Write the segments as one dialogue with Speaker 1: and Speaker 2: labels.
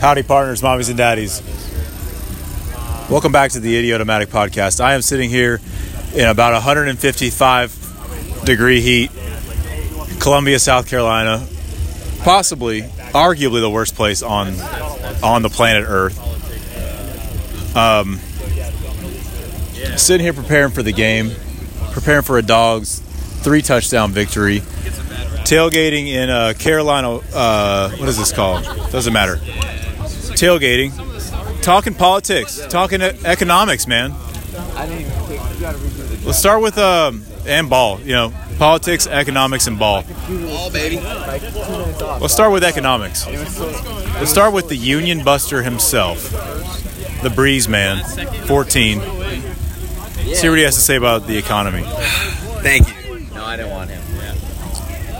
Speaker 1: Howdy, partners, mommies, and daddies. Welcome back to the Idiotomatic Podcast. I am sitting here in about 155 degree heat, Columbia, South Carolina, possibly, arguably the worst place on on the planet Earth. Um, sitting here preparing for the game, preparing for a dog's three touchdown victory, tailgating in uh, Carolina. Uh, what is this called? Doesn't matter. Tailgating, talking politics, talking e- economics, man. Let's start with um, and ball. You know, politics, economics, and ball.
Speaker 2: All baby.
Speaker 1: Let's start with economics. Let's start with the union buster himself, the Breeze Man, 14. See what he has to say about the economy.
Speaker 2: Thank you.
Speaker 3: No, I didn't want him.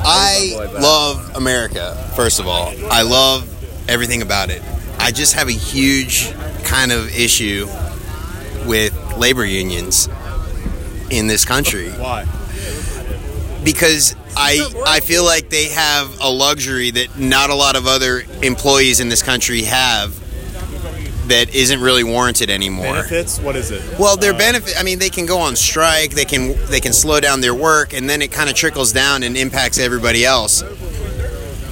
Speaker 2: I love America, first of all. I love everything about it. I just have a huge kind of issue with labor unions in this country
Speaker 1: Why?
Speaker 2: because I I feel like they have a luxury that not a lot of other employees in this country have that isn't really warranted anymore.
Speaker 1: Benefits? What is it?
Speaker 2: Well, their benefit. I mean, they can go on strike. They can they can slow down their work, and then it kind of trickles down and impacts everybody else.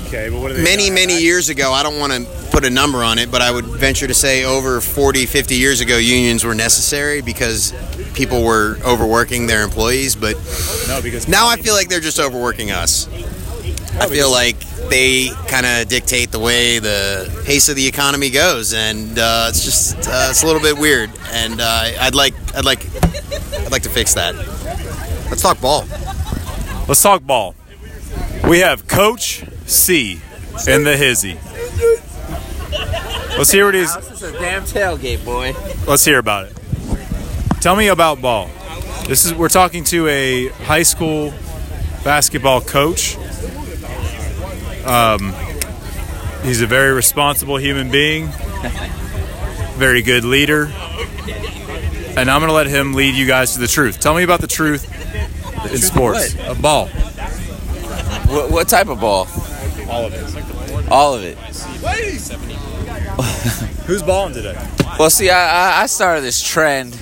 Speaker 1: Okay, but what are
Speaker 2: Many many years ago, I don't want to put a number on it, but I would venture to say over 40, 50 years ago, unions were necessary because people were overworking their employees. But
Speaker 1: No, because
Speaker 2: now I feel like they're just overworking us. I feel like they kind of dictate the way the pace of the economy goes, and uh, it's just uh, it's a little bit weird. And uh, I'd like I'd like I'd like to fix that. Let's talk ball.
Speaker 1: Let's talk ball. We have Coach C in the hizzy. Let's hear what he's.
Speaker 3: This is a damn tailgate, boy.
Speaker 1: Let's hear about it. Tell me about ball. This is we're talking to a high school basketball coach. Um, he's a very responsible human being, very good leader, and I'm going to let him lead you guys to the truth. Tell me about the truth in sports. A ball.
Speaker 3: What, what type of ball? All of it. All of it.
Speaker 1: Who's balling today?
Speaker 3: Well, see, I, I, I started this trend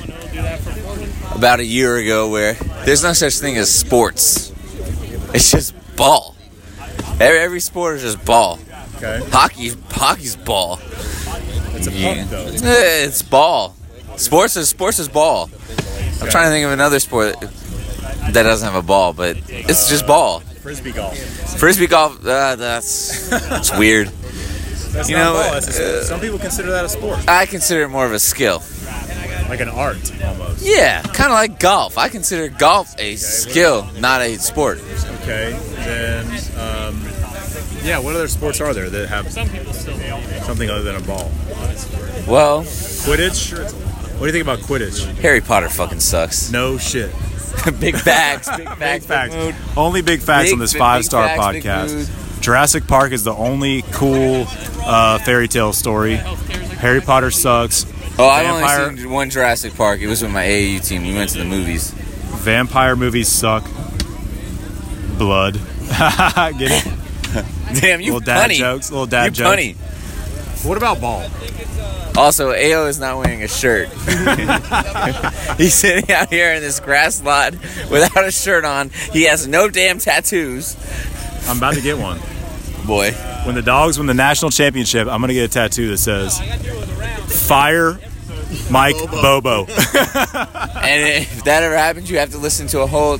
Speaker 3: about a year ago where there's no such thing as sports. It's just ball. Every, every sport is just ball.
Speaker 1: Okay,
Speaker 3: Hockey, hockey's ball.
Speaker 1: it's a
Speaker 3: Yeah.
Speaker 1: punt though.
Speaker 3: Eh, It's ball. Sports is sports is ball. I'm trying to think of another sport that doesn't have a ball, but it's just ball.
Speaker 1: Frisbee golf.
Speaker 3: Frisbee golf, uh, that's it's weird.
Speaker 1: That's
Speaker 3: You
Speaker 1: not
Speaker 3: know,
Speaker 1: ball. That's a- some people consider that a sport,
Speaker 3: I consider it more of a skill.
Speaker 1: like an art almost.
Speaker 3: Yeah, kind of like golf. I consider golf a skill, not a sport.
Speaker 1: Okay, then, um, yeah, what other sports are there that have something other than a ball?
Speaker 3: Well,
Speaker 1: Quidditch? What do you think about Quidditch?
Speaker 3: Harry Potter fucking sucks.
Speaker 1: No shit.
Speaker 3: big bags, big bags, big mood.
Speaker 1: Only big facts
Speaker 3: Big-
Speaker 1: on this
Speaker 3: big- big
Speaker 1: five star
Speaker 3: facts, big
Speaker 1: podcast. Jurassic Park is the only cool uh, fairy tale story. Harry Potter sucks.
Speaker 3: Oh, I've
Speaker 1: Vampire-
Speaker 3: only seen one Jurassic Park. It was with my AAU team. We went to the movies.
Speaker 1: Vampire movies suck. Blood. Get it?
Speaker 3: Damn, you
Speaker 1: little dad
Speaker 3: punny.
Speaker 1: jokes. Little
Speaker 3: You
Speaker 1: dad jokes.
Speaker 3: punny.
Speaker 1: What about ball?
Speaker 3: Also, AO is not wearing a shirt. He's sitting out here in this grass lot without a shirt on. He has no damn tattoos.
Speaker 1: I'm about to get one.
Speaker 3: Boy.
Speaker 1: When the dogs win the national championship, I'm gonna get a tattoo that says "Fire Mike Bobo."
Speaker 3: And if that ever happens, you have to listen to a whole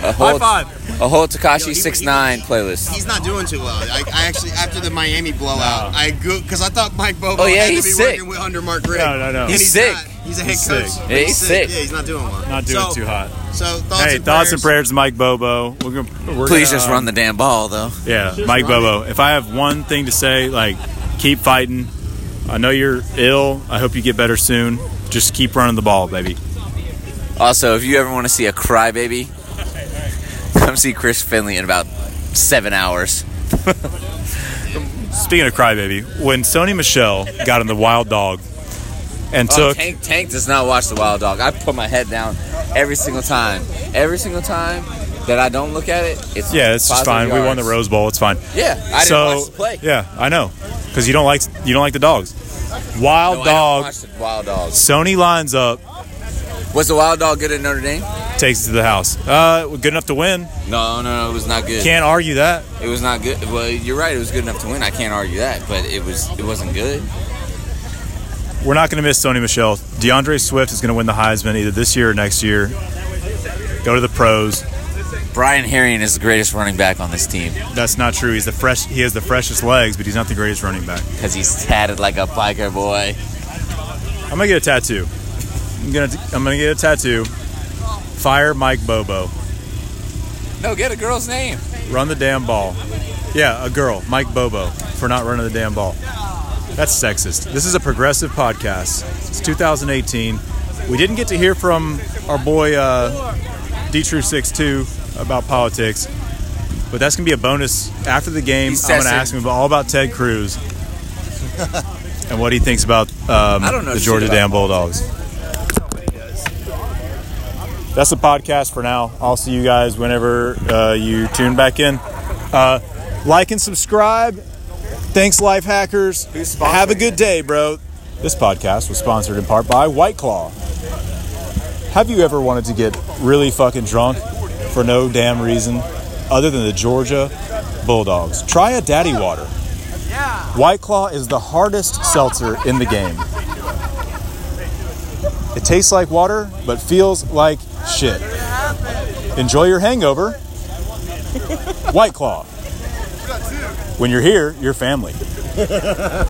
Speaker 3: a whole
Speaker 1: five.
Speaker 3: a whole Takashi 69 playlist.
Speaker 2: He's not doing too well. I, I actually after the Miami blowout, I go because I thought Mike Bobo
Speaker 3: Oh, yeah,
Speaker 2: had to
Speaker 3: he's
Speaker 2: be
Speaker 3: sick.
Speaker 2: working with, under Mark Rick.
Speaker 1: No, no, no.
Speaker 2: And
Speaker 3: He's
Speaker 2: he's
Speaker 3: sick.
Speaker 2: not. He's a head
Speaker 1: He's
Speaker 2: coach.
Speaker 1: sick.
Speaker 2: but
Speaker 3: Yeah, he's sick.
Speaker 2: Yeah, he's not doing well.
Speaker 1: Not doing
Speaker 2: so,
Speaker 1: it too hot.
Speaker 2: So thoughts
Speaker 1: Hey,
Speaker 2: and
Speaker 1: thoughts
Speaker 2: prayers.
Speaker 1: and prayers to Mike Bobo. We're gonna, we're
Speaker 3: Please
Speaker 1: gonna,
Speaker 3: just
Speaker 1: um,
Speaker 3: run the damn ball, though.
Speaker 1: Yeah, Mike Bobo. If I have one thing to say, like keep fighting. I know you're ill. I hope you get better soon. Just keep running the ball, baby.
Speaker 3: Also, if you ever want to see a crybaby, come see Chris Finley in about seven hours.
Speaker 1: Speaking of crybaby, when Sony Michelle got in the wild dog and
Speaker 3: Oh,
Speaker 1: took
Speaker 3: Tank Tank does not watch the Wild Dog. I put my head down every single time. Every single time that I don't look at it, it's
Speaker 1: yeah, it's just
Speaker 3: positive
Speaker 1: fine. We won the
Speaker 3: yards.
Speaker 1: Rose Bowl. It's fine.
Speaker 3: Yeah, I didn't
Speaker 1: so
Speaker 3: watch the play.
Speaker 1: yeah, I know because because you don't like you don't like the dogs. Wild
Speaker 3: No, I don't
Speaker 1: dog.
Speaker 3: watch the Wild dogs.
Speaker 1: Sony lines up,
Speaker 3: Was the wild dog good at Notre Dame?
Speaker 1: takes it to the house. Uh, good enough to win.
Speaker 3: No, no, no. It was not good.
Speaker 1: Can't argue that.
Speaker 3: It was not good. Well, you're right. It was good enough to win. I can't argue that, but it was it wasn't good.
Speaker 1: We're not going to miss Sony Michelle. DeAndre Swift is going to win the Heisman either this year or next year. Go to the pros.
Speaker 3: Brian Herring is the greatest running back on this team
Speaker 1: That's not true. He's the fresh. He has the freshest legs, but he's not the greatest running back.
Speaker 3: because he's tatted like a biker boy.
Speaker 1: I'm gonna get a tattoo. I'm gonna. I'm gonna get a tattoo. Fire Mike Bobo.
Speaker 3: No, get a girl's name.
Speaker 1: Run the damn ball. Yeah, a girl, Mike Bobo, for not running the damn ball. That's sexist. This is a progressive podcast. It's 2018. We didn't get to hear from our boy uh, D True 62 about politics, but that's going to be a bonus after the game.
Speaker 3: He's
Speaker 1: I'm going to
Speaker 3: sexist.
Speaker 1: ask him about, all about Ted Cruz and what he thinks about um,
Speaker 3: I don't know
Speaker 1: the
Speaker 3: shit
Speaker 1: Georgia
Speaker 3: about
Speaker 1: Damn Bulldogs. That's the podcast for now. I'll see you guys whenever uh, you tune back in. Uh, like and subscribe. Thanks, Life Hackers.
Speaker 3: Who's sponsoring
Speaker 1: Have a good day, bro. This podcast was sponsored in part by White Claw. Have you ever wanted to get really fucking drunk for no damn reason other than the Georgia Bulldogs? Try a daddy water. White Claw is the hardest seltzer in the game. It tastes like water, but feels like shit. Enjoy your hangover. White Claw. When you're here, you're family.